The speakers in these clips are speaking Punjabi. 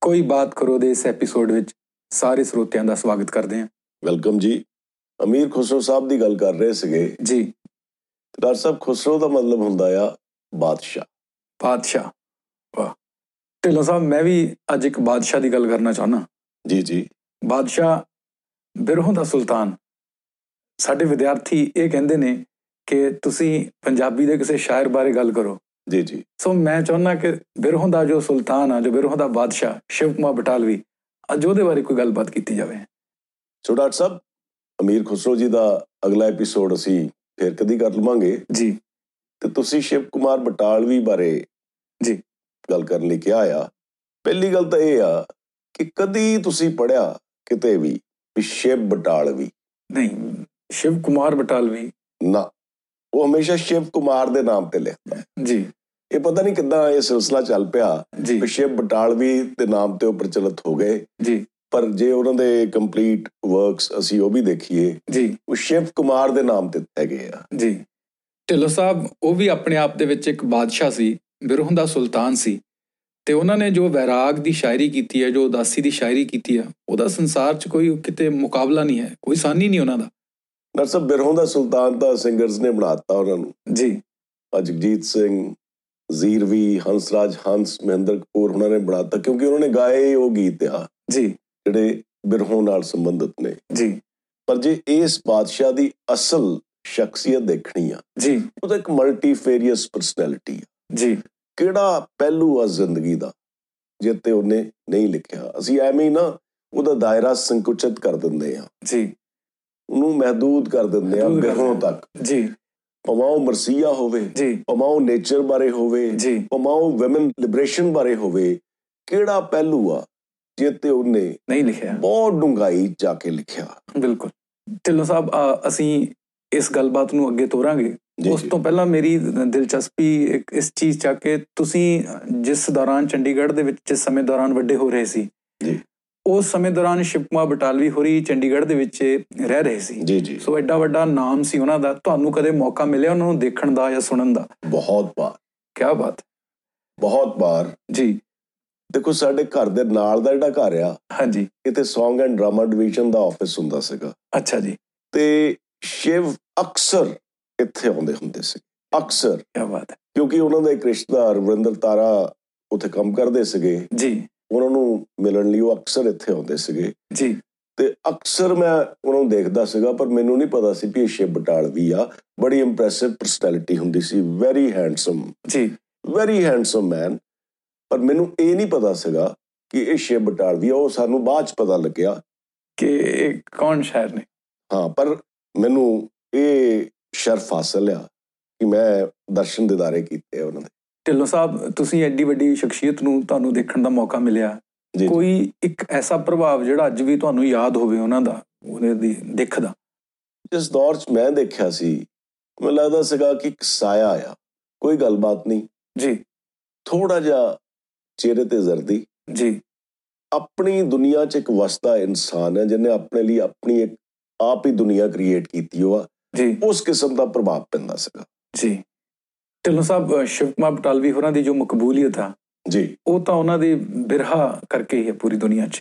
ਕੋਈ ਬਾਤ ਕਰੋ ਦੇ ਇਸ ਐਪੀਸੋਡ ਵਿੱਚ ਸਾਰੇ ਸਰੋਤਿਆਂ ਦਾ ਸਵਾਗਤ ਕਰਦੇ ਹਾਂ ਵੈਲਕਮ ਜੀ ਅਮੀਰ ਖੁਸਰੋ ਸਾਹਿਬ ਦੀ ਗੱਲ ਕਰ ਰਹੇ ਸੀਗੇ ਜੀ ਡਾਕਟਰ ਸਾਹਿਬ ਖੁਸਰੋ ਦਾ ਮਤਲਬ ਹੁੰਦਾ ਆ ਬਾਦਸ਼ਾਹ ਬਾਦਸ਼ਾਹ ਵਾਹ ਢਿੱਲੋਂ ਸਾਹਿਬ ਮੈਂ ਵੀ ਅੱਜ ਇੱਕ ਬਾਦਸ਼ਾਹ ਦੀ ਗੱਲ ਕਰਨਾ ਚਾਹੁੰਦਾ ਜੀ ਜੀ ਬਾਦਸ਼ਾਹ ਬਿਰਹੋਂ ਦਾ ਸੁਲਤਾਨ ਸਾਡੇ ਵਿਦਿਆਰਥੀ ਇਹ ਕਹਿੰਦੇ ਨੇ ਕਿ ਤੁਸੀਂ ਪੰਜਾਬੀ ਦੇ ਕਿਸੇ ਸ਼ਾਇਰ ਬਾਰੇ ਗੱਲ ਕਰੋ ਜੀ ਜੀ ਸੋ ਮੈਂ ਚਾਹੁੰਦਾ ਕਿ ਬਿਰਹੋਂ ਦਾ ਜੋ ਸੁਲਤਾਨ ਆ ਜੋ ਬਿਰਹੋਂ ਦਾ ਬਾਦਸ਼ਾਹ ਸ਼ਿਵ ਕੁਮਾਰ ਬਟਾਲਵੀ ਅੱਜ ਉਹਦੇ ਬਾਰੇ ਕੋਈ ਗੱਲਬਾਤ ਕੀਤੀ ਜਾਵੇ ਸੋ ਡਾਕਟਰ ਸਾਹਿਬ ਅਮੀਰ ਖੁਸਰੋ ਜੀ ਦਾ ਅਗਲਾ ਐਪੀਸੋਡ ਅਸੀਂ ਫਿਰ ਕਦੀ ਕਰ ਲਵਾਂਗੇ ਜੀ ਤੇ ਤੁਸੀਂ ਸ਼ਿਵ ਕੁਮਾਰ ਬਟਾਲਵੀ ਬਾਰੇ ਜੀ। ਗੱਲ ਕਰਨ ਲਈ ਕਿਹਾ ਆ ਪਹਿਲੀ ਗੱਲ ਤਾਂ ਇਹ ਆ ਕਿ ਕਦੀ ਤੁਸੀਂ ਪੜਿਆ ਕਿਤੇ ਵੀ ਵੀ ਸ਼ਿਵ ਬਟਾਲਵੀ ਨਹੀਂ ਸ਼ਿਵ ਕੁਮਾਰ ਬਟਾਲਵੀ ਨਾ ਉਹ ਹਮੇਸ਼ਾ ਸ਼ਿਵ ਕੁਮਾਰ ਦੇ ਨਾਮ ਤੇ ਲਿਖਦਾ ਹੈ ਜੀ ਇਹ ਪਤਾ ਨਹੀਂ ਕਿੱਦਾਂ ਇਹ ਸਿਲਸਿਲਾ ਚੱਲ ਪਿਆ ਜੀ ਵੀ ਸ਼ਿਵ ਬਟਾਲਵੀ ਦੇ ਨਾਮ ਤੇ ਉਹ ਪ੍ਰਚਲਿਤ ਹੋ ਗਏ ਜੀ ਪਰ ਜੇ ਉਹਨਾਂ ਦੇ ਕੰਪਲੀਟ ਵਰਕਸ ਅਸੀਂ ਉਹ ਵੀ ਦੇਖੀਏ ਜੀ ਉਹ ਸ਼ਿਵ ਕੁਮਾਰ ਦੇ ਨਾਮ ਤੇ ਹੈਗੇ ਆ ਜੀ ਢਿੱਲੋਂ ਸਾਹਿਬ ਉਹ ਵੀ ਆਪਣੇ ਆਪ ਦੇ ਵਿੱਚ ਇੱਕ ਬਾਦਸ਼ਾਹ ਸੀ ਬਿਰਹੋਂ ਦਾ ਸੁਲਤਾਨ ਸੀ ਤੇ ਉਹਨਾਂ ਨੇ ਜੋ ਵੈਰਾਗ ਦੀ ਸ਼ਾਇਰੀ ਕੀਤੀ ਹੈ ਜੋ ਉਦਾਸੀ ਦੀ ਸ਼ਾਇਰੀ ਕੀਤੀ ਹੈ ਉਹਦਾ ਸੰਸਾਰ 'ਚ ਕੋਈ ਕਿਤੇ ਮੁਕਾਬਲਾ ਨਹੀਂ ਹੈ ਕੋਈ ਸਾਨੀ ਨਹੀਂ ਉਹਨਾਂ ਦਾ ਡਾਕਟਰ ਸਾਹਿਬ ਬਿਰਹੋਂ ਦਾ ਸੁਲਤਾਨ ਤਾਂ ਸਿੰਗਰਸ ਨੇ ਬਣਾਤਾ ਉਹਨਾਂ ਨੂੰ ਜੀ ਆਹ ਜਗਜੀਤ ਸਿੰਘ ਜ਼ੀਰਵੀ ਹੰਸਰਾਜ ਹੰਸ ਮਹਿੰਦਰ ਕਪੂਰ ਉਹਨਾਂ ਨੇ ਬਣਾਤਾ ਕਿਉਂਕਿ ਉਹਨਾਂ ਨੇ ਗਾਏ ਉਹ ਗੀਤ ਆ ਜੀ ਜਿਹੜੇ ਬਿਰਹੋਂ ਨਾਲ ਸੰਬੰਧਿਤ ਨੇ ਜੀ ਪਰ ਜੇ ਇਸ ਬਾਦਸ਼ਾਹ ਦੀ ਅਸਲ ਸ਼ਖਸੀਅਤ ਦੇਖਣੀ ਆ ਜੀ ਉਹ ਤਾਂ ਇੱਕ ਮਲਟੀਫੇਰੀਅਸ ਪਰਸਨੈਲਿਟੀ ਆ ਜੀ ਕਿਹੜਾ ਪਹਿਲੂ ਆ ਜ਼ਿੰਦਗੀ ਦਾ ਜਿੱਤੇ ਉਹਨੇ ਨਹੀਂ ਲਿਖਿਆ ਅਸੀਂ ਐਵੇਂ ਹੀ ਨਾ ਉਹਦਾ ਦਾਇਰਾ ਸੰਕੁਚਿਤ ਕਰ ਦਿੰਦੇ ਆ ਜੀ ਉਹਨੂੰ ਮਹਦੂਦ ਕਰ ਦਿੰਦੇ ਆ ਮਹਿਦੂਦ ਕਰ ਬਿਰਹੋਂ ਦਿੰਦੇ। ਤੱਕ ਜੀ ਭਾਵੇਂ ਉਹ ਮਰਸੀਆ ਹੋਵੇ ਜੀ ਭਾਵੇਂ ਉਹ ਨੇਚਰ ਬਾਰੇ ਹੋਵੇ ਜੀ ਭਾਵੇਂ ਉਹ ਔਮਨ ਲਿਬਰੇਸ਼ਨ ਬਾਰੇ ਹੋਵੇ ਕਿਹੜਾ ਪਹਿਲੂ ਆ ਜਿੱਤੇ ਉਹਨੇ ਨਹੀਂ ਲਿਖਿਆ ਬਹੁਤ ਡੂੰਘਾਈ ਜਾ ਕੇ ਲਿਖਿਆ ਬਿਲਕੁਲ ਢਿੱਲੋਂ ਸਾਹਿਬ ਅ, ਅਸੀਂ ਇਸ ਗੱਲਬਾਤ ਨੂੰ ਅੱਗੇ ਤੋਰਾਂਗੇ ਉਸ ਤੋਂ ਪਹਿਲਾਂ ਮੇਰੀ ਦਿਲਚਸਪੀ ਇੱਕ ਇਸ ਚੀਜ਼ ਚ ਆ ਕਿ ਤੁਸੀਂ ਜਿਸ ਦੌਰਾਨ ਚੰਡੀਗੜ੍ਹ ਦੇ ਵਿੱਚ ਜਿਸ ਸਮੇਂ ਦੌਰਾਨ ਵੱਡੇ ਹੋ ਰਹੇ ਸੀ ਜੀ। ਉਸ ਸਮੇਂ ਦੌਰਾਨ ਸ਼ਿਪਮਾ ਬਟਾਲਵੀ ਹੋਰੀ ਚੰਡੀਗੜ੍ਹ ਦੇ ਵਿੱਚ ਰਹਿ ਰਹੇ ਸੀ ਜੀ ਜੀ ਸੋ ਐਡਾ ਵੱਡਾ ਨਾਮ ਸੀ ਉਹਨਾਂ ਦਾ ਤੁਹਾਨੂੰ ਕਦੇ ਮੌਕਾ ਮਿਲਿਆ ਉਹਨਾਂ ਨੂੰ ਦੇਖਣ ਦਾ ਜਾਂ ਸੁਣਨ ਦਾ ਬਹੁਤ ਵਾਰ ਕੀ ਬਾਤ ਬਹੁਤ ਵਾਰ ਜੀ ਦੇਖੋ ਸਾਡੇ ਘਰ ਦੇ ਨਾਲ ਦਾ ਜਿਹੜਾ ਘਰ ਆ ਹਾਂਜੀ ਇੱਥੇ Song ਐਂਡ ਡਰਾਮਾ ਡਿਵੀਜ਼ਨ ਦਾ ਆਫਿਸ ਹੁੰਦਾ ਸੀਗਾ ਅੱਛਾ ਜੀ ਤੇ ਸ਼ਿਵ ਅਕਸਰ ਇੱਥੇ ਆਉਂਦੇ ਹੁੰਦੇ ਸੀ ਅਕਸਰ ਕੀ ਬਾਤ ਹੈ ਕਿਉਂਕਿ ਉਹਨਾਂ ਦਾ ਇੱਕ ਰਿਸ਼ਤੇਦਾਰ ਵਰਿੰਦਰ ਤਾਰਾ ਉੱਥੇ ਕੰਮ ਕਰਦੇ ਸੀਗੇ ਜੀ ਉਹਨਾਂ ਨੂੰ ਮਿਲਣ ਲਈ ਉਹ ਅਕਸਰ ਇੱਥੇ ਆਉਂਦੇ ਸੀਗੇ ਜੀ ਤੇ ਅਕਸਰ ਮੈਂ ਉਹਨਾਂ ਨੂੰ ਦੇਖਦਾ ਸੀਗਾ ਪਰ ਮੈਨੂੰ ਨਹੀਂ ਪਤਾ ਸੀ ਵੀ ਇਹ ਸ਼ਿਵ ਬਟਾਲਵੀ ਆ ਬੜੀ ਇੰਪ੍ਰੈਸਿਵ ਪਰਸਨੈਲਿਟੀ ਹੁੰਦੀ ਸੀ ਵੈਰੀ ਹੈਂਡਸਮ ਜੀ ਵੈਰੀ ਹੈਂਡਸਮ ਮੈਨ ਪਰ ਮੈਨੂੰ ਇਹ ਨਹੀਂ ਪਤਾ ਸੀਗਾ ਕਿ ਇਹ ਸ਼ਿਵ ਬਟਾਲਵੀ ਆ ਉਹ ਸਾਨੂੰ ਬਾਅਦ ਚ ਪਤਾ ਲੱਗਿਆ ਕਿ ਇਹ ਕੌਣ ਸ਼ਾਇਰ ਨੇ ਹਾਂ ਪਰ ਮੈਨੂੰ ਇਹ ਸ਼ਰਫ ਹਾਸਲ ਆ ਕਿ ਮੈਂ ਦਰਸ਼ਨ ਦਿਦਾਰੇ ਕੀਤੇ ਆ ਉਹਨਾਂ ਦੇ ਢਿੱਲੋਂ ਸਾਹਿਬ ਤੁਸੀਂ ਐਡੀ ਵੱਡੀ ਸ਼ਖਸੀਅਤ ਨੂੰ ਤੁਹਾਨੂੰ ਦੇਖਣ ਦਾ ਮੌਕਾ ਮਿਲਿਆ ਜੀ। ਕੋਈ ਇੱਕ ਐਸਾ ਪ੍ਰਭਾਵ ਜਿਹੜਾ ਅੱਜ ਵੀ ਤੁਹਾਨੂੰ ਯਾਦ ਹੋਵੇ ਉਹਨਾਂ ਦਾ ਉਹਨੇ ਦੀ ਦਿੱਖ ਦਾ ਜਿਸ ਦੌਰ 'ਚ ਮੈਂ ਦੇਖਿਆ ਸੀ ਮੈਨੂੰ ਲੱਗਦਾ ਸੀਗਾ ਕਿ ਇੱਕ ਸਾਇਆ ਆ ਕੋਈ ਗੱਲਬਾਤ ਨਹੀਂ ਜੀ ਥੋੜਾ ਜਿਹਾ ਚਿਹਰੇ ਤੇ ਜ਼ਰਦੀ ਜੀ ਆਪਣੀ ਦੁਨੀਆ 'ਚ ਇੱਕ ਵਸਦਾ ਇਨਸਾਨ ਹੈ ਜਿਹਨੇ ਆਪਣੇ ਲਈ ਆਪਣੀ ਇੱਕ ਆਪ ਹੀ ਦੁਨੀਆ ਕ੍ਰੀਏਟ ਕੀਤੀ ਹੋਆ ਜੀ ਉਸ ਕਿਸਮ ਦਾ ਪ੍ਰਭਾਵ ਪੈਂਦਾ ਸੀਗਾ ਜੀ ਢਿੱਲੋਂ ਸਾਹਿਬ ਅ, ਸ਼ਿਵ ਕੁਮਾਰ ਬਟਾਲਵੀ ਹੋਰਾਂ ਦੀ ਜੋ ਮਕਬੂਲੀਅਤ ਆ ਜੀ ਉਹ ਤਾਂ ਉਹਨਾਂ ਦੇ ਬਿਰਹਾ ਕਰਕੇ ਹੀ ਹੈ ਪੂਰੀ ਦੁਨੀਆ 'ਚ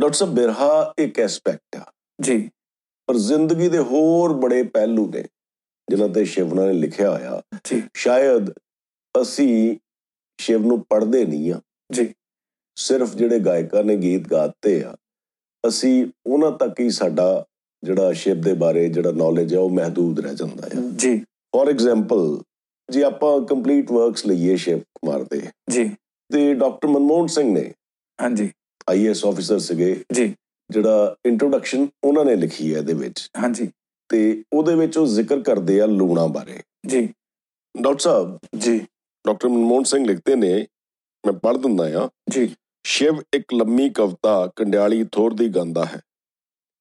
ਡਾਕਟਰ ਸਾਹਿਬ ਬਿਰਹਾ ਇੱਕ ਐਸਪੈਕਟ ਆ ਜੀ ਪਰ ਜ਼ਿੰਦਗੀ ਦੇ ਹੋਰ ਬੜੇ ਪਹਿਲੂ ਨੇ ਜਿਨ੍ਹਾਂ ਤੇ ਸ਼ਿਵਨਾ ਨੇ ਲਿਖਿਆ ਹੋਇਆ ਜੀ ਸ਼ਾਇਦ ਅਸੀਂ ਸ਼ਿਵ ਨੂੰ ਪੜ੍ਹਦੇ ਨਹੀਂ ਆ ਜੀ। ਸਿਰਫ ਜਿਹੜੇ ਗਾਇਕਾਂ ਨੇ ਗੀਤ ਗਾਤੇ ਆ ਅਸੀਂ ਉਹਨਾਂ ਤੱਕ ਹੀ ਸਾਡਾ ਜਿਹੜਾ ਸ਼ਿਵ ਦੇ ਬਾਰੇ ਜਿਹੜਾ ਨੌਲੇਜ ਆ ਉਹ ਮਹਦੂਦ ਰਹਿ ਜਾਂਦਾ ਆ ਜੀ ਫੋਰ ਐਗਜ਼ਾਮਪਲ ਜੇ ਆਪਾਂ ਕੰਪਲੀਟ ਵਰਕਸ ਲਈਏ ਸ਼ਿਵ ਕੁਮਾਰ ਦੇ ਜੀ ਤੇ ਡਾਕਟਰ ਮਨਮੋਹਨ ਸਿੰਘ ਨੇ ਹਾਂਜੀ ਆਈਐਸ ਆਫੀਸਰ ਸੀਗੇ ਜੀ। ਜਿਹੜਾ ਇੰਟਰੋਡਕਸ਼ਨ ਉਹਨਾਂ ਨੇ ਲਿਖੀ ਹੈ ਇਹਦੇ ਵਿੱਚ ਹਾਂਜੀ ਤੇ ਉਹਦੇ ਵਿੱਚ ਉਹ ਜ਼ਿਕਰ ਕਰਦੇ ਆ ਲੂਣਾ ਬਾਰੇ ਜੀ ਡਾਕਟਰ ਸਾਹਿਬ ਜੀ ਡਾਕਟਰ ਮਨਮੋਹਨ ਸਿੰਘ ਲਿਖਦੇ ਨੇ ਮੈਂ ਪੜ੍ਹ ਦਿੰਦਾ ਆ ਜੀ ਸ਼ਿਵ ਇੱਕ ਲੰਮੀ ਕਵਿਤਾ ਕੰਡਿਆਲੀ ਥੋਰ ਦੀ ਗਾਉਂਦਾ ਹੈ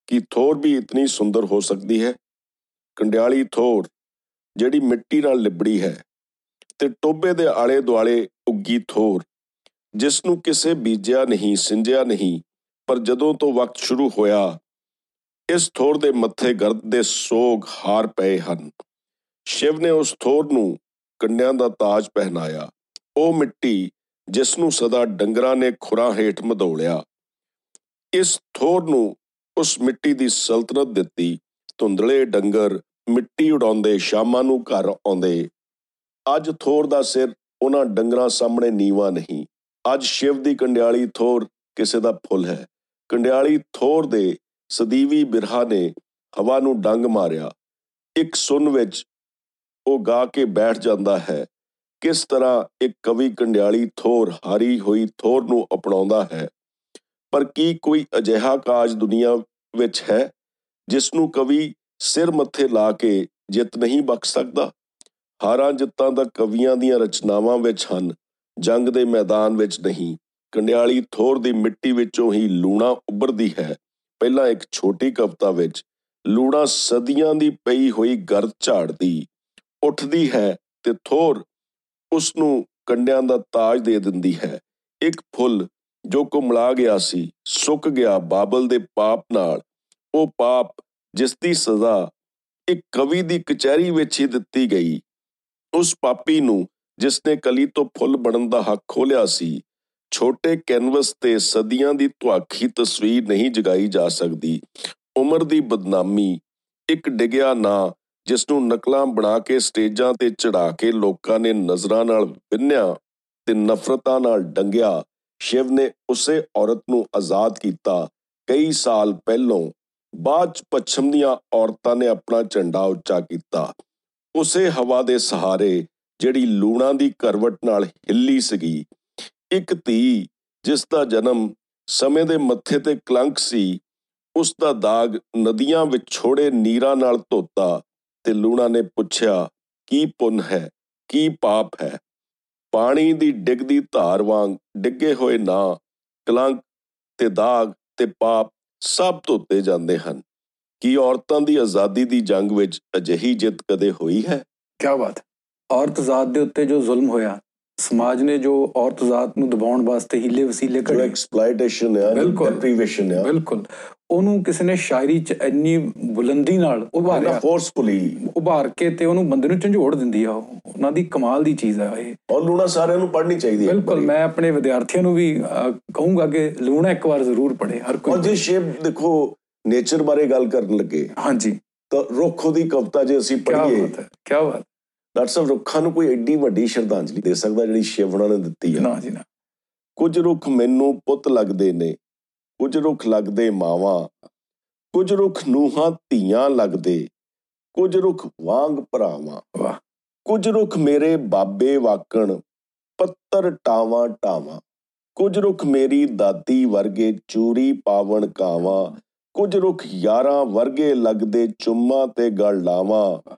ਕਿ ਥੋਰ ਵੀ ਇਤਨੀ ਸੁੰਦਰ ਹੋ ਸਕਦੀ ਹੈ ਕੰਡਿਆਲੀ ਥੋਰ ਜਿਹੜੀ ਮਿੱਟੀ ਨਾਲ ਲਿਬੜੀ ਹੈ ਤੇ ਟੋਬੇ ਦੇ ਆਲੇ ਦੁਆਲੇ ਉੱਗੀ ਥੋਰ ਜਿਸ ਨੂੰ ਕਿਸੇ ਬੀਜਿਆ ਨਹੀਂ ਸਿੰਜਿਆ ਨਹੀਂ ਪਰ ਜਦੋਂ ਤੋਂ ਵਕਤ ਸ਼ੁਰੂ ਹੋਇਆ ਇਸ ਥੋਰ ਦੇ ਮੱਥੇ ਗਰਦ ਦੇ ਸੋਗ ਹਾਰ ਪਏ ਹਨ ਸ਼ਿਵ ਨੇ ਉਸ ਥੋਰ ਨੂੰ ਕੰਡਿਆਂ ਦਾ ਤਾਜ ਪਹਿਨਾਇਆ ਉਹ ਮਿੱਟੀ ਜਿਸ ਨੂੰ ਸਦਾ ਡੰਗਰਾਂ ਨੇ ਖੁਰਾਂ ਹੇਠ ਮਧੋਲਿਆ ਇਸ ਥੋਰ ਨੂੰ ਉਸ ਮਿੱਟੀ ਦੀ ਸਲਤਨਤ ਦਿੱਤੀ ਧੁੰਦਲੇ ਡੰਗਰ ਮਿੱਟੀ ਉਡਾਉਂਦੇ ਸ਼ਾਮਾਂ ਨੂੰ ਘਰ ਆਉਂਦੇ ਅੱਜ ਥੋਰ ਦਾ ਸਿਰ ਉਹਨਾਂ ਡੰਗਰਾਂ ਸਾਹਮਣੇ ਨੀਵਾ ਨਹੀਂ ਅੱਜ ਸ਼ਿਵ ਦੀ ਕੰਡਿਆਲੀ ਥੋਰ ਕਿਸੇ ਦਾ ਫੁੱਲ ਹੈ ਕੰਡਿਆਲੀ ਥੋਰ ਦੇ ਸਦੀਵੀ ਬਿਰਹਾ ਨੇ ਹਵਾ ਨੂੰ ਡੰਗ ਮਾਰਿਆ ਇੱਕ ਸੁਨ ਵਿੱਚ ਉਹ ਗਾ ਕੇ ਬੈਠ ਜਾਂਦਾ ਹੈ ਕਿਸ ਤਰ੍ਹਾਂ ਇੱਕ ਕਵੀ ਕੰਡਿਆਲੀ ਥੋਰ ਹਾਰੀ ਹੋਈ ਥੋਰ ਨੂੰ ਅਪਣਾਉਂਦਾ ਹੈ ਪਰ ਕੀ ਕੋਈ ਅਜਿਹਾ ਕਾਜ ਦੁਨੀਆ ਵਿੱਚ ਹੈ ਜਿਸ ਨੂੰ ਕਵੀ ਸਿਰ ਮੱਥੇ ਲਾ ਕੇ ਜਿੱਤ ਨਹੀਂ ਬਖਸ਼ ਸਕਦਾ ਹਾਰਾਂ ਜਿੱਤਾਂ ਦਾ ਕਵੀਆਂ ਦੀਆਂ ਰਚਨਾਵਾਂ ਵਿੱਚ ਹਨ ਜੰਗ ਦੇ ਮੈਦਾਨ ਵਿੱਚ ਨਹੀਂ ਕੰਡਿਆਲੀ ਥੋਰ ਦੀ ਮਿੱਟੀ ਵਿੱਚੋਂ ਹੀ ਲੂਣਾ ਉੱਭਰਦੀ ਹੈ ਪਹਿਲਾਂ ਇੱਕ ਛੋਟੀ ਕਵਿਤਾ ਵਿੱਚ ਲੂਣਾ ਸਦੀਆਂ ਦੀ ਪਈ ਹੋਈ ਗਰਦ ਝਾੜਦੀ ਉੱਠਦੀ ਹੈ ਤੇ ਥੋਰ ਉਸ ਨੂੰ ਕੰਡਿਆਂ ਦਾ ਤਾਜ ਦੇ ਦਿੰਦੀ ਹੈ ਇੱਕ ਫੁੱਲ ਜੋ ਕੁਮਲਾ ਗਿਆ ਸੀ ਸੁੱਕ ਗਿਆ ਬਾਬਲ ਦੇ ਪਾਪ ਨਾਲ ਉਹ ਪਾਪ ਜਿਸ ਦੀ ਸਜ਼ਾ ਇੱਕ ਕਵੀ ਦੀ ਕਚਹਿਰੀ ਵਿੱਚ ਹੀ ਦਿੱਤੀ ਗਈ ਉਸ ਪਾਪੀ ਨੂੰ ਜਿਸ ਨੇ ਕਲੀ ਤੋਂ ਫੁੱਲ ਬਣਨ ਦਾ ਹੱਕ ਖੋਲਿਆ ਸੀ ਛੋਟੇ ਕੈਨਵਸ ਤੇ ਸਦੀਆਂ ਦੀ ਧੁਆਖੀ ਤਸਵੀਰ ਨਹੀਂ ਜਗਾਈ ਜਾ ਸਕਦੀ ਉਮਰ ਦੀ ਬਦਨਾਮੀ ਇੱਕ ਡਿਗਿਆ ਨਾਂ ਜਿਸ ਨੂੰ ਨਕਲਾਂ ਬਣਾ ਕੇ ਸਟੇਜਾਂ ਤੇ ਚੜਾ ਕੇ ਲੋਕਾਂ ਨੇ ਨਜ਼ਰਾਂ ਨਾਲ ਵਿੰਨਿਆ ਤੇ ਨਫ਼ਰਤਾਂ ਨਾਲ ਡੰਗਿਆ ਸ਼ਿਵ ਨੇ ਉਸੇ ਔਰਤ ਨੂੰ ਆਜ਼ਾਦ ਕੀਤਾ ਕਈ ਸਾਲ ਪਹਿਲਾਂ ਬਾਅਦ 'ਚ ਪੱਛਮ ਦੀਆਂ ਔਰਤਾਂ ਨੇ ਆਪਣਾ ਝੰਡਾ ਉੱਚਾ ਕੀਤਾ ਉਸੇ ਹਵਾ ਦੇ ਸਹਾਰੇ ਜਿਹੜੀ ਲੂਣਾ ਦੀ ਕਰਵਟ ਨਾਲ ਹਿੱਲੀ ਸੀਗੀ ਇੱਕ ਧੀ ਜਿਸ ਦਾ ਜਨਮ ਸਮੇਂ ਦੇ ਮੱਥੇ ਤੇ ਕਲੰਕ ਸੀ ਉਸ ਦਾ ਦਾਗ ਨਦੀਆਂ ਵਿੱਚ ਛੋੜੇ ਨੀਰਾਂ ਨਾਲ ਧੋਤਾ ਤੇ ਲੂਣਾ ਨੇ ਪੁੱਛਿਆ ਕੀ ਪੁੰਨ ਹੈ ਕੀ ਪਾਪ ਹੈ ਪਾਣੀ ਦੀ ਡਿੱਗਦੀ ਧਾਰ ਵਾਂਗ ਡਿੱਗੇ ਹੋਏ ਨਾਂ ਕਲੰਕ ਤੇ ਦਾਗ ਤੇ ਪਾਪ ਸਭ ਧੋਤੇ ਜਾਂਦੇ ਹਨ ਕੀ ਔਰਤਾਂ ਦੀ ਆਜ਼ਾਦੀ ਦੀ ਜੰਗ ਵਿੱਚ ਅਜਿਹੀ ਜਿੱਤ ਕਦੇ ਹੋਈ ਹੈ ਕਿਆ ਬਾਤ ਔਰਤ ਜ਼ਾਤ ਦੇ ਉੱਤੇ ਜੋ ਜ਼ੁਲਮ ਹੋਇਆ ਸਮਾਜ ਨੇ ਜੋ ਔਰਤ ਜ਼ਾਤ ਨੂੰ ਦਬਾਉਣ ਵਾਸਤੇ ਹੀਲੇ ਵਸੀਲੇ ਜੋ ਕਢੇ ਐਕਸਪਲੋਇਟੇਸ਼ਨ ਆ ਬਿਲਕੁਲ। ਡਿਪਰੀਵੇਸ਼ਨ ਆ ਬਿਲਕੁਲ ਉਹਨੂੰ ਕਿਸੇ ਨੇ ਸ਼ਾਇਰੀ 'ਚ ਇੰਨੀ ਬੁਲੰਦੀ ਨਾਲ ਉਭਾਰਿਆ ਫੋਰਸਫੁਲੀ ਉਭਾਰ ਕੇ ਤੇ ਉਹਨੂੰ ਬੰਦੇ ਨੂੰ ਝੰਜੋੜ ਦਿੰਦੀ ਆ ਉਹ। ਉਹਨਾਂ ਦੀ ਕਮਾਲ ਦੀ ਚੀਜ਼ ਆ ਇਹ ਔਰ ਲੂਣਾ ਸਾਰਿਆਂ ਨੂੰ ਪੜ੍ਹਨੀ ਚਾਹੀਦੀ ਹੈ ਬਿਲਕੁਲ ਮੈਂ ਆਪਣੇ ਵਿਦਿਆਰਥੀਆਂ ਨੂੰ ਵੀ ਅਹ, ਕਹੂੰਗਾ ਕਿ ਲੂਣਾ ਇੱਕ ਵਾਰ ਜ਼ਰੂਰ ਪੜ੍ਹੇ ਹਰ ਔਰ ਕੋਈ ਜੇ ਸ਼ੇਪ ਦੇਖੋ ਨੇਚਰ ਬਾਰੇ ਗੱਲ ਕਰਨ ਲੱਗੇ ਹਾਂਜੀ ਤਾਂ ਰੁੱਖ ਦੀ ਕਵਿਤਾ ਜੇ ਅਸੀਂ ਕਿਆ ਪੜ੍ਹੀਏ ਬਾਤ ਹੈ ਕਿਆ ਬਾਤ ਡਾਕਟਰ ਸਾਹਿਬ ਰੁੱਖਾਂ ਨੂੰ ਕੋਈ ਐਡੀ ਵੱਡੀ ਸ਼ਰਧਾਂਜਲੀ ਦੇ ਸਕਦਾ ਜਿਹੜੀ ਸ਼ਿਵ ਉਹਨਾਂ ਨੇ ਦਿੱਤੀ ਆ ਨਾ ਜੀ ਨਾ ਕੁਝ ਰੁੱਖ ਮੈਨੂੰ ਪੁੱਤ ਲੱਗਦੇ ਨੇ ਕੁਝ ਰੁੱਖ ਲੱਗਦੇ ਮਾਵਾਂ ਕੁਝ ਰੁੱਖ ਨੂਹਾਂ ਧੀਆਂ ਲੱਗਦੇ ਕੁਝ ਰੁੱਖ ਵਾਂਗ ਭਰਾਵਾਂ ਵਾਹ। ਕੁਝ ਰੁੱਖ ਮੇਰੇ ਬਾਬੇ ਵਾਕਣ ਪੱਤਰ ਟਾਵਾਂ ਟਾਵਾਂ ਕੁਝ ਰੁੱਖ ਮੇਰੀ ਦਾਦੀ ਵਰਗੇ ਚੂਰੀ ਪਾਵਣ ਕਾਵਾਂ ਕੁਝ ਰੁੱਖ ਯਾਰਾਂ ਵਰਗੇ ਲੱਗਦੇ ਚੁੰਮਾਂ ਤੇ ਗਲ ਲਾਵਾਂ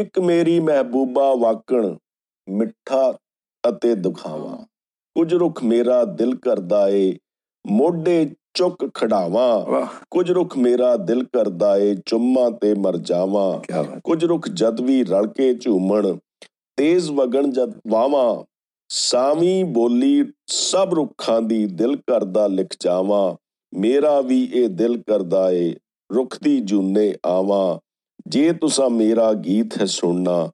ਇੱਕ ਮੇਰੀ ਮਹਿਬੂਬਾ ਵਾਕਣ ਮਿੱਠਾ ਅਤੇ ਦੁਖਾਵਾਂ ਕੁਝ ਰੁੱਖ ਮੇਰਾ ਦਿਲ ਕਰਦਾ ਏ ਮੋਢੇ ਚੁੱਕ ਖੜਾਵਾਂ ਵਾਹ ਕੁਝ ਰੁੱਖ ਮੇਰਾ ਦਿਲ ਕਰਦਾ ਏ ਚੁੰਮਾਂ ਤੇ ਮਰ ਜਾਵਾਂ ਕਿਆ ਬਾਤ ਕੁਝ ਰੁੱਖ ਜਦ ਵੀ ਰਲ ਕੇ ਝੂਮਣ ਤੇਜ਼ ਵਗਣ ਜਦ ਵਾਵਾਂ ਸਾਵੀਂ ਬੋਲੀ ਸਭ ਰੁੱਖਾਂ ਦੀ ਦਿਲ ਕਰਦਾ ਲਿਖ ਜਾਵਾਂ ਮੇਰਾ ਵੀ ਇਹ ਦਿਲ ਕਰਦਾ ਏ ਰੁੱਖ ਦੀ ਜੂਨੇ ਆਵਾਂ ਜੇ ਤੁਸਾਂ ਮੇਰਾ ਗੀਤ ਹੈ ਸੁਣਨਾ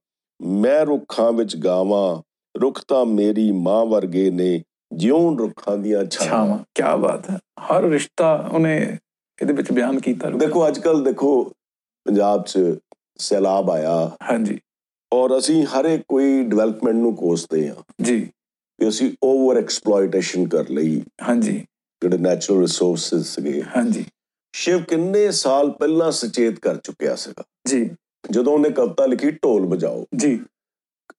ਮੈਂ ਰੁੱਖਾਂ ਵਿੱਚ ਗਾਵਾਂ ਰੁੱਖ ਤਾਂ ਮੇਰੀ ਮਾਂ ਵਰਗੇ ਨੇ ਜਿਉਂ ਰੁੱਖਾਂ ਦੀਆਂ ਛਾਵਾਂ ਛਾਵਾਂ ਕਿਆ ਬਾਤ ਹੈ ਹਰ ਰਿਸ਼ਤਾ ਉਹਨੇ ਇਹਦੇ ਵਿੱਚ ਬਿਆਨ ਕੀਤਾ ਦੇਖੋ ਅੱਜ ਕੱਲ ਦੇਖੋ ਪੰਜਾਬ 'ਚ ਸੈਲਾਬ ਆਇਆ ਹਾਂਜੀ ਔਰ ਅਸੀਂ ਹਰ ਇੱਕ ਕੋਈ ਡਿਵੈਲਪਮੈਂਟ ਨੂੰ ਕੋਸਦੇ ਹਾਂ ਜੀ ਕਿ ਅਸੀਂ ਓਵਰ ਐਕਸਪਲੋਇਟੇਸ਼ਨ ਕਰ ਲਈ ਹਾਂਜੀ ਜਿਹੜੇ ਨੈਚੁਰਲ ਰਿਸੋਰਸਸ ਸੀਗੇ ਹਾਂਜੀ ਸ਼ਿਵ ਕਿੰਨੇ ਸਾਲ ਪਹਿਲਾਂ ਸੁਚੇਤ ਕਰ ਚੁੱਕਿਆ ਸੀਗਾ ਜੀ ਜਦੋਂ ਉਹਨੇ ਕਵਿਤਾ ਲਿਖੀ ਢੋਲ ਵਜਾਓ ਜੀ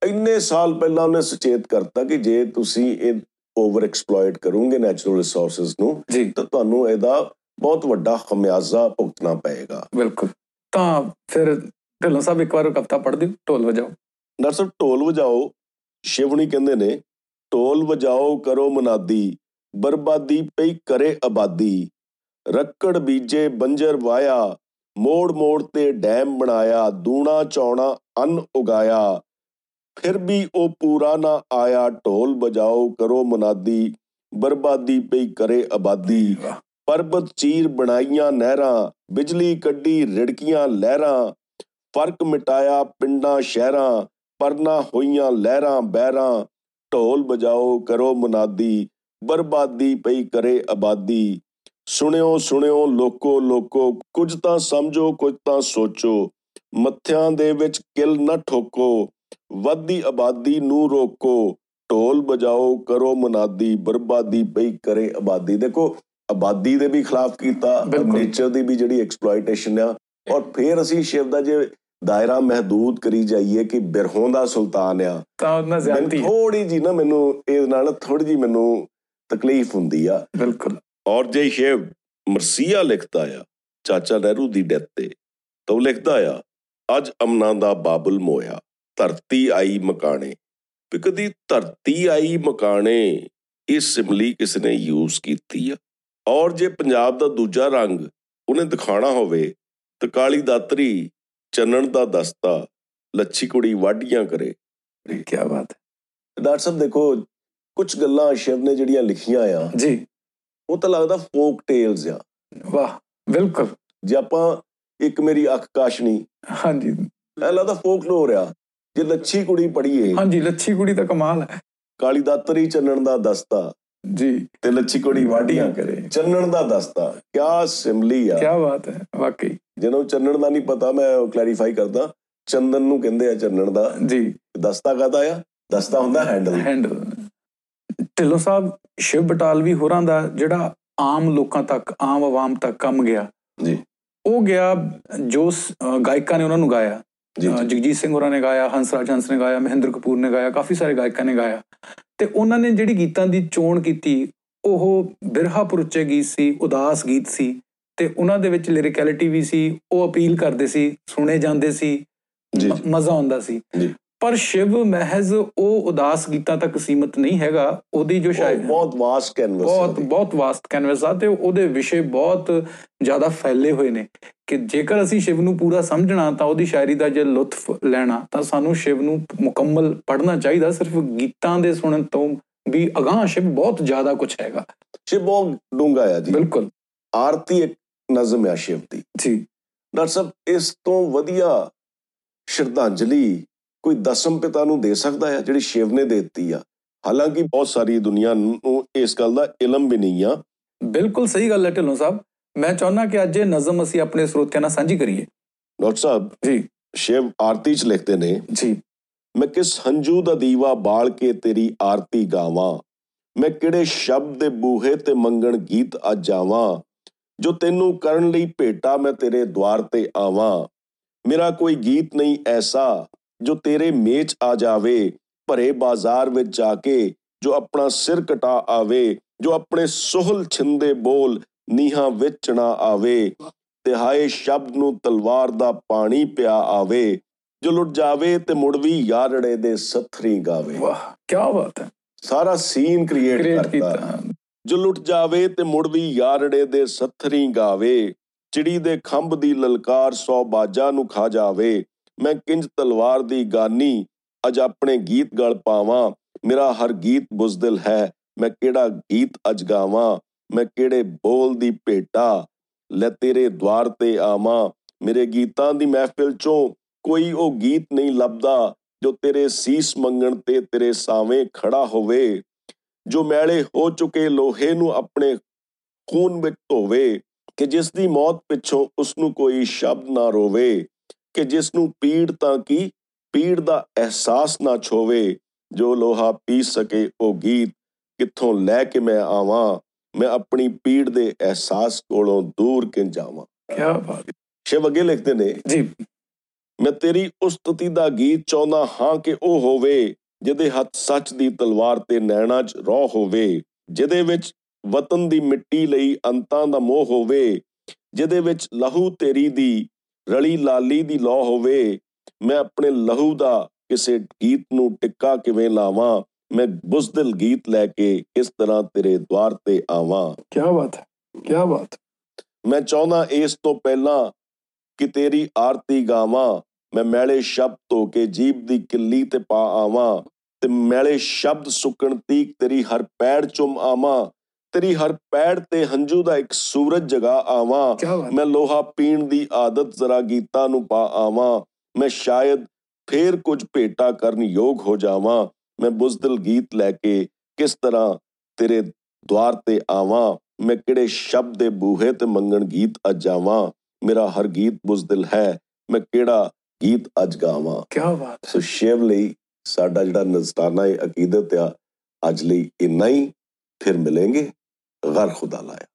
ਇੰਨੇ ਸਾਲ ਪਹਿਲਾਂ ਉਹਨੇ ਸੁਚੇਤ ਕਰਤਾ ਕਿ ਜੇ ਤੁਸੀਂ ਇਹ ਓਵਰ ਐਕਸਪਲੋਇਟ ਕਰੋਗੇ ਨੈਚੁਰਲ ਰਿਸੋਰਸਸ ਨੂੰ ਜੀ ਤਾਂ ਤੁਹਾਨੂੰ ਇਹਦਾ ਬਹੁਤ ਵੱਡਾ ਖਮਿਆਜ਼ਾ ਭੁਗਤਣਾ ਪਏਗਾ ਬਿਲਕੁਲ ਤਾਂ ਫਿਰ ਢਿੱਲੋਂ ਸਾਹਿਬ ਇੱਕ ਵਾਰ ਉਹ ਕਵਿਤਾ ਪੜ੍ਹ ਦਿਓ ਢੋਲ ਵਜਾਓ ਨਰਸ ਢੋਲ ਵਜਾਓ ਸ਼ਿਵਣੀ ਕਹਿੰਦੇ ਨੇ ਢੋਲ ਵਜਾਓ ਕਰੋ ਮਨਾਦੀ ਬਰਬਾਦੀ ਪਈ ਕਰੇ ਆਬਾਦੀ ਰੱਕੜ ਬੀਜੇ ਬੰਜਰ ਵਾਇਆ ਮੋੜ ਮੋੜ ਤੇ ਡੈਮ ਬਣਾਇਆ ਦੂਣਾ ਚੌਣਾ ਅੰਨ ਉਗਾਇਆ ਫਿਰ ਵੀ ਉਹ ਪੂਰਾ ਨਾ ਆਇਆ ਢੋਲ ਵਜਾਓ ਕਰੋ ਮਨਾਦੀ ਬਰਬਾਦੀ ਪਈ ਕਰੇ ਆਬਾਦੀ ਵਾਹ। ਪਰਬਤ ਚੀਰ ਬਣਾਈਆਂ ਨਹਿਰਾਂ ਬਿਜਲੀ ਕੱਢੀ ਰਿੜਕੀਆਂ ਲਹਿਰਾਂ ਫਰਕ ਮਿਟਾਇਆ ਪਿੰਡਾਂ ਸ਼ਹਿਰਾਂ ਪਰਨਾ ਹੋਈਆਂ ਲਹਿਰਾਂ ਬਹਿਰਾਂ ਢੋਲ ਵਜਾਓ ਕਰੋ ਮਨਾਦੀ ਬਰਬਾਦੀ ਪਈ ਕਰੇ ਆਬਾਦੀ ਸੁਣਿਓ ਸੁਣਿਓ ਲੋਕੋ ਲੋਕੋ ਕੁਝ ਤਾਂ ਸਮਝੋ ਕੁਝ ਤਾਂ ਸੋਚੋ ਮੱਥਿਆਂ ਦੇ ਵਿੱਚ ਕਿਲ ਨਾ ਠੋਕੋ ਵੱਧਦੀ ਆਬਾਦੀ ਨੂੰ ਰੋਕੋ ਢੋਲ ਵਜਾਓ ਕਰੋ ਮਨਾਦੀ ਬਰਬਾਦੀ ਪਈ ਕਰੇ ਆਬਾਦੀ ਦੇਖੋ ਆਬਾਦੀ ਦੇ ਵੀ ਖਿਲਾਫ ਕੀਤਾ ਬਿਲਕੁਲ। ਨੇਚਰ ਦੀ ਵੀ ਜਿਹੜੀ ਐਕਸਪਲੋਇਟੇਸ਼ਨ ਆ ਔਰ ਫਿਰ ਅਸੀਂ ਸ਼ਿਵ ਦਾ ਜੇ ਦਾਇਰਾ ਮਹਦੂਦ ਕਰੀ ਜਾਈਏ ਕਿ ਬਿਰਹੋਂ ਦਾ ਸੁਲਤਾਨ ਆ ਤਾਂ ਉਹਨਾਂ ਜ਼ਿਆਦਤੀ ਹੈ। ਥੋੜੀ ਜੀ ਨਾ ਮੈਨੂੰ ਇਹਦੇ ਨਾਲ ਥੋੜੀ ਜੀ ਮੈਨੂੰ ਤਕਲੀਫ ਹੁੰਦੀ ਆ ਬਿਲਕੁਲ ਔਰ ਜੇ ਸ਼ਿਵ ਮਰਸੀਆ ਲਿਖਦਾ ਆ ਚਾਚਾ ਨਹਿਰੂ ਦੀ ਡੈਥ ਤੇ ਤਾਂ ਉਹ ਲਿਖਦਾ ਆ ਅੱਜ ਅਮਨਾ ਦਾ ਬਾਬਲ ਮੋਇਆ ਧਰਤੀ ਆਈ ਮਕਾਣੇ ਵੀ ਕਦੀ ਧਰਤੀ ਆਈ ਮਕਾਣੇ ਇਹ ਸਿਮਲੀ ਕਿਸ ਨੇ ਯੂਜ਼ ਕੀਤੀ ਆ ਔਰ ਜੇ ਪੰਜਾਬ ਦਾ ਦੂਜਾ ਰੰਗ ਉਹਨੇ ਦਿਖਾਣਾ ਹੋਵੇ ਤਾਂ ਕਾਲੀ ਦਾਤਰੀ ਚੰਨਣ ਦਾ ਦਸਤਾ ਲੱਛੀ ਕੁੜੀ ਵਾਢੀਆਂ ਕਰੇ ਕੀ ਬਾਤ ਹੈ। ਡਾਕਟਰ ਸਾਹਿਬ ਦੇਖੋ ਕੁਝ ਗੱਲਾਂ ਸ਼ਿਵ ਨੇ ਜਿਹੜੀਆਂ ਲਿਖੀਆਂ ਆ ਜੀ ਉਹ ਤਾਂ ਲੱਗਦਾ ਫੋਕ ਟੇਲਸ ਆ ਵਾਹ ਬਿਲਕੁਲ ਜੇ ਆਪਾਂ ਇੱਕ ਮੇਰੀ ਅੱਖ ਕਾਸ਼ਨੀ ਹਾਂਜੀ ਇਹ ਲੱਗਦਾ ਫੋਕਲੋਰ ਆ ਜੇ ਲੱਛੀ ਕੁੜੀ ਪੜੀਏ ਹਾਂਜੀ ਲੱਛੀ ਕੁੜੀ ਦਾ ਕਮਾਲ ਹੈ ਕਾਲੀ ਦਾਤਰੀ ਚੰਨਣ ਦਾ ਦਸਤਾ ਜੀ ਤੇ ਲੱਛੀ ਕੁੜੀ ਵਾਢੀਆਂ ਕਰੇ ਚੰਨਣ ਦਾ ਦਸਤਾ ਕਿਆ ਸਿਮਲੀ ਕੀ ਆ ਬਾਤ ਹੈ ਵਾਕਈ ਜਿਹਨਾਂ ਨੂੰ ਚੰਨਣ ਦਾ ਨਹੀਂ ਪਤਾ ਮੈਂ ਕਲੈਰੀਫਾਈ ਕਰਦਾ ਚੰਦਨ ਨੂੰ ਕਹਿੰਦੇ ਆ ਚੰਨਣ ਦਾ ਜੀ ਦਸਤਾ ਕਾਹਦਾ ਆ ਦਸਤਾ ਹੁੰਦਾ ਹੈਂਡਲ ਹੈਂਡਲ ਢਿੱਲੋਂ ਸਾਹਿਬ ਸ਼ਿਵ ਬਟਾਲਵੀ ਹੋਰਾਂ ਦਾ ਜਿਹੜਾ ਆਮ ਲੋਕਾਂ ਤੱਕ ਆਮ ਆਵਾਮ ਤੱਕ ਕੰਮ ਗਿਆ ਜੀ। ਉਹ ਗਿਆ ਜੋ ਸ- ਅ, ਗਾਇਕਾਂ ਨੇ ਉਹਨਾਂ ਨੂੰ ਗਾਇਆ ਜੀ ਅ, ਜੀ ਜਗਜੀਤ ਸਿੰਘ ਹੋਰਾਂ ਨੇ ਗਾਇਆ ਹੰਸਰਾਜ ਹੰਸ ਨੇ ਗਾਇਆ ਮਹਿੰਦਰ ਕਪੂਰ ਨੇ ਗਾਇਆ ਕਾਫੀ ਸਾਰੇ ਗਾਇਕਾਂ ਨੇ ਗਾਇਆ ਤੇ ਉਹਨਾਂ ਨੇ ਜਿਹੜੀ ਗੀਤਾਂ ਦੀ ਚੋਣ ਕੀਤੀ ਉਹ ਬਿਰਹਾ ਪੁਰਚੇ ਗੀਤ ਸੀ ਉਦਾਸ ਗੀਤ ਸੀ ਤੇ ਉਹਨਾਂ ਦੇ ਵਿੱਚ ਲਿਰਿਕੈਲਿਟੀ ਵੀ ਸੀ ਉਹ ਅਪੀਲ ਕਰਦੇ ਸੀ ਸੁਣੇ ਜਾਂਦੇ ਸੀ ਜੀ ਮ- ਮਜ਼ਾ ਆਉਂਦਾ ਸੀ ਜੀ। ਪਰ ਸ਼ਿਵ ਮਹਿਜ਼ ਉਹ ਉਦਾਸ ਗੀਤਾਂ ਤੱਕ ਸੀਮਤ ਨਹੀਂ ਹੈਗਾ ਉਹਦੀ ਜੋ ਉਹ ਸ਼ਾਇਦ ਬਹੁਤ ਵਾਸ ਕੈਨਵਸ ਬਹੁਤ ਬਹੁਤ ਵਾਸਟ ਕੈਨਵਸ ਆ ਤੇ ਉਹਦੇ ਵਿਸ਼ੇ ਬਹੁਤ ਜ਼ਿਆਦਾ ਫੈਲੇ ਹੋਏ ਨੇ ਕਿ ਜੇਕਰ ਅਸੀਂ ਸ਼ਿਵ ਨੂੰ ਪੂਰਾ ਸਮਝਣਾ ਤਾਂ ਉਹਦੀ ਸ਼ਾਇਰੀ ਦਾ ਜੇ ਲੁਤਫ ਲੈਣਾ ਤਾਂ ਸਾਨੂੰ ਸ਼ਿਵ ਨੂੰ ਮੁਕੰਮਲ ਪੜ੍ਹਨਾ ਚਾਹੀਦਾ ਸਿਰਫ ਗੀਤਾਂ ਦੇ ਸੁਣਨ ਤੋਂ ਵੀ ਅਗਾਹ ਸ਼ਿਵ ਬਹੁਤ ਜ਼ਿਆਦਾ ਕੁਝ ਹੈਗਾ ਸ਼ਿਵ ਬਹੁਤ ਡੂੰਘਾ ਆ ਜੀ ਬਿਲਕੁਲ ਆਰਤੀ ਇੱਕ ਨਜ਼ਮ ਆ ਸ਼ਿਵ ਦੀ ਜੀ ਡਾਕਟਰ ਸਾਹਿਬ ਇਸ ਤੋਂ ਵਧੀਆ ਸ਼ਰਧਾਂਜਲੀ ਕੋਈ ਦਸਮ ਪਿਤਾ ਨੂੰ ਦੇ ਸਕਦਾ ਹੈ ਜਿਹੜੀ ਸ਼ਿਵ ਨੇ ਦੇ ਦਿੱਤੀ ਆ ਹਾਲਾਂਕਿ ਬਹੁਤ ਸਾਰੀ ਦੁਨੀਆ ਨੂੰ ਇਸ ਗੱਲ ਦਾ ਇਲਮ ਵੀ ਨਹੀਂ ਆ ਬਿਲਕੁਲ ਸਹੀ ਗੱਲ ਹੈ ਢਿੱਲੋਂ ਸਾਹਿਬ ਮੈਂ ਚਾਹੁੰਦਾ ਕਿ ਅੱਜ ਇਹ ਨਜ਼ਮ ਅਸੀਂ ਆਪਣੇ ਸਰੋਤਿਆਂ ਨਾਲ ਸਾਂਝੀ ਕਰੀਏ ਡਾਕਟਰ ਸਾਹਿਬ ਜੀ ਸ਼ਿਵ ਆਰਤੀ ਚ ਲਿਖਦੇ ਨੇ ਜੀ ਮੈਂ ਕਿਸ ਹੰਝੂ ਦਾ ਦੀਵਾ ਬਾਲ ਕੇ ਤੇਰੀ ਆਰਤੀ ਗਾਵਾਂ ਮੈਂ ਕਿਹੜੇ ਸ਼ਬਦ ਦੇ ਬੂਹੇ ਤੇ ਮੰਗਣ ਗੀਤ ਆ ਜਾਵਾਂ ਜੋ ਤੈਨੂੰ ਕਰਨ ਲਈ ਭੇਟਾ ਮੈਂ ਤੇਰੇ ਦਵਾਰ ਤੇ ਆਵਾਂ ਮੇਰਾ ਕੋਈ ਗੀਤ ਨਹੀਂ ਐਸਾ ਜੋ ਤੇਰੇ ਮੇਚ ਆ ਜਾਵੇ ਭਰੇ ਬਾਜ਼ਾਰ ਵਿੱਚ ਜਾ ਕੇ ਜੋ ਆਪਣਾ ਸਿਰ ਕਟਾ ਆਵੇ ਜੋ ਆਪਣੇ ਸੁਹਲ ਛਿੰਦੇ ਬੋਲ ਨੀਹਾਂ ਵਿੱਚ ਨਾ ਆਵੇ ਤਿਹਾਏ ਸ਼ਬਦ ਨੂੰ ਤਲਵਾਰ ਦਾ ਪਾਣੀ ਪਿਆ ਆਵੇ ਜੋ ਲੁੱਟ ਜਾਵੇ ਤੇ ਮੁੜ ਵੀ ਯਾਰੜੇ ਦੇ ਸਥਰੀ ਗਾਵੇ ਵਾਹ ਕੀ ਬਾਤ ਹੈ ਸਾਰਾ ਸੀਨ ਕ੍ਰੀਏਟ ਕ੍ਰੀਏਟ ਕਰਤਾ ਕੀਤਾ ਜੋ ਲੁੱਟ ਜਾਵੇ ਤੇ ਮੁੜ ਵੀ ਯਾਰੜੇ ਦੇ ਸਥਰੀ ਗਾਵੇ ਚਿੜੀ ਦੇ ਖੰਭ ਦੀ ਲਲਕਾਰ ਸੌ ਬਾਜਾਂ ਨੂੰ ਖਾ ਜਾਵੇ ਮੈਂ ਕਿੰਜ ਤਲਵਾਰ ਦੀ ਗਾਨੀ ਅੱਜ ਆਪਣੇ ਗੀਤ ਗਲ ਪਾਵਾਂ ਮੇਰਾ ਹਰ ਗੀਤ ਬੁਜ਼ਦਿਲ ਹੈ ਮੈਂ ਕਿਹੜਾ ਗੀਤ ਅੱਜ ਗਾਵਾਂ ਮੈਂ ਕਿਹੜੇ ਬੋਲ ਦੀ ਭੇਟਾ ਲੈ ਤੇਰੇ ਦਵਾਰ ਤੇ ਆਵਾਂ ਮੇਰੇ ਗੀਤਾਂ ਦੀ ਮਹਿਫਿਲ ਚੋਂ ਕੋਈ ਉਹ ਗੀਤ ਨਹੀਂ ਲੱਭਦਾ ਜੋ ਤੇਰੇ ਸੀਸ ਮੰਗਣ ਤੇ ਤੇਰੇ ਸਾਵੇਂ ਖੜਾ ਹੋਵੇ ਜੋ ਮੈਲੇ ਹੋ ਚੁੱਕੇ ਲੋਹੇ ਨੂੰ ਆਪਣੇ ਖੂਨ ਵਿੱਚ ਧੋਵੇ ਕਿ ਜਿਸ ਦੀ ਮੌਤ ਪਿੱਛੋਂ ਉਸ ਨੂੰ ਕੋਈ ਸ਼ਬਦ ਨਾ ਰੋਵੇ ਕਿ ਜਿਸ ਨੂੰ ਪੀੜ ਤਾਂ ਕੀ ਪੀੜ ਦਾ ਅਹਿਸਾਸ ਨਾ ਛੋਵੇ ਜੋ ਲੋਹਾ ਪੀ ਸਕੇ ਉਹ ਗੀਤ ਕਿੱਥੋਂ ਲੈ ਕੇ ਮੈਂ ਆਵਾਂ ਮੈਂ ਆਪਣੀ ਪੀੜ ਦੇ ਅਹਿਸਾਸ ਕੋਲੋਂ ਦੂਰ ਕਿੰ ਜਾਵਾਂ ਕੀ ਬਾਤ ਸ਼ਿਵ ਅੱਗੇ ਲਿਖਦੇ ਨੇ ਜੀ ਮੈਂ ਤੇਰੀ ਉਸਤਤੀ ਦਾ ਗੀਤ ਚਾਹੁੰਦਾ ਹਾਂ ਕਿ ਉਹ ਹੋਵੇ ਜਿਹਦੇ ਹੱਥ ਸੱਚ ਦੀ ਤਲਵਾਰ ਤੇ ਨੈਣਾ 'ਚ ਰੋਹ ਹੋਵੇ ਜਿਹਦੇ ਵਿੱਚ ਵਤਨ ਦੀ ਮਿੱਟੀ ਲਈ ਅੰਤਾਂ ਦਾ ਮੋਹ ਹੋਵੇ ਜਿਹਦੇ ਵਿੱਚ ਲਹੂ ਤੇਰੀ ਦੀ ਰਲੀ ਲਾਲੀ ਦੀ ਲੋ ਹੋਵੇ ਮੈਂ ਆਪਣੇ ਲਹੂ ਦਾ ਕਿਸੇ ਗੀਤ ਨੂੰ ਟਿੱਕਾ ਕਿਵੇਂ ਲਾਵਾਂ ਮੈਂ ਬੁਜ਼ਦਿਲ ਗੀਤ ਲੈ ਕੇ ਇਸ ਤਰ੍ਹਾਂ ਤੇਰੇ ਦਵਾਰ ਤੇ ਆਵਾਂ ਕੀ ਬਾਤ ਹੈ ਕੀ ਬਾਤ ਹੈ। ਮੈਂ ਚਾਹੁੰਦਾ ਇਸ ਤੋਂ ਪਹਿਲਾਂ ਕਿ ਤੇਰੀ ਆਰਤੀ ਗਾਵਾਂ ਮੈਂ ਮੈਲੇ ਸ਼ਬਦ ਧੋ ਕੇ ਜੀਬ ਦੀ ਕਿੱਲੀ ਤੇ ਪਾ ਆਵਾਂ ਤੇ ਮੈਲੇ ਸ਼ਬਦ ਸੁੱਕਣ ਤੀਕ ਤੇਰੀ ਹਰ ਪੈੜ ਚੁੰਮ ਆਵਾਂ ਤੇਰੀ ਹਰ ਪੈੜ ਤੇ ਹੰਝੂ ਦਾ ਇੱਕ ਸੂਰਜ ਜਗਾ ਆਵਾਂ ਕੀ ਬਾਤ ਹੈ। ਮੈਂ ਲੋਹਾ ਪੀਣ ਦੀ ਆਦਤ ਜ਼ਰਾ ਗੀਤਾਂ ਨੂੰ ਪਾ ਆਵਾਂ ਮੈਂ ਸ਼ਾਇਦ ਫੇਰ ਕੁਝ ਭੇਟਾ ਕਰਨ ਯੋਗ ਹੋ ਜਾਵਾਂ ਮੈਂ ਬੁਜ਼ਦਿਲ ਗੀਤ ਲੈ ਕੇ ਕਿਸ ਤਰ੍ਹਾਂ ਤੇਰੇ ਦਵਾਰ ਤੇ ਆਵਾਂ ਮੈਂ ਕਿਹੜੇ ਸ਼ਬਦ ਦੇ ਬੂਹੇ ਤੇ ਮੰਗਣ ਗੀਤ ਅੱਜ ਜਾਵਾਂ ਮੇਰਾ ਹਰ ਗੀਤ ਬੁਜ਼ਦਿਲ ਹੈ ਮੈਂ ਕਿਹੜਾ ਗੀਤ ਅੱਜ ਗਾਵਾਂ ਕੀ ਬਾਤ ਸੋ ਸ਼ਿਵ ਲਈ ਸਾਡਾ ਜਿਹੜਾ ਨਜ਼ਰਾਨਾ ਇਹ ਅਕੀਦਤ ਆ ਅੱਜ ਲਈ ਇੰਨਾ ਹੀ ਫਿਰ ਮਿਲਾਂਗੇ ਗਰ ਖੁਦਾ ਲਾਇਆ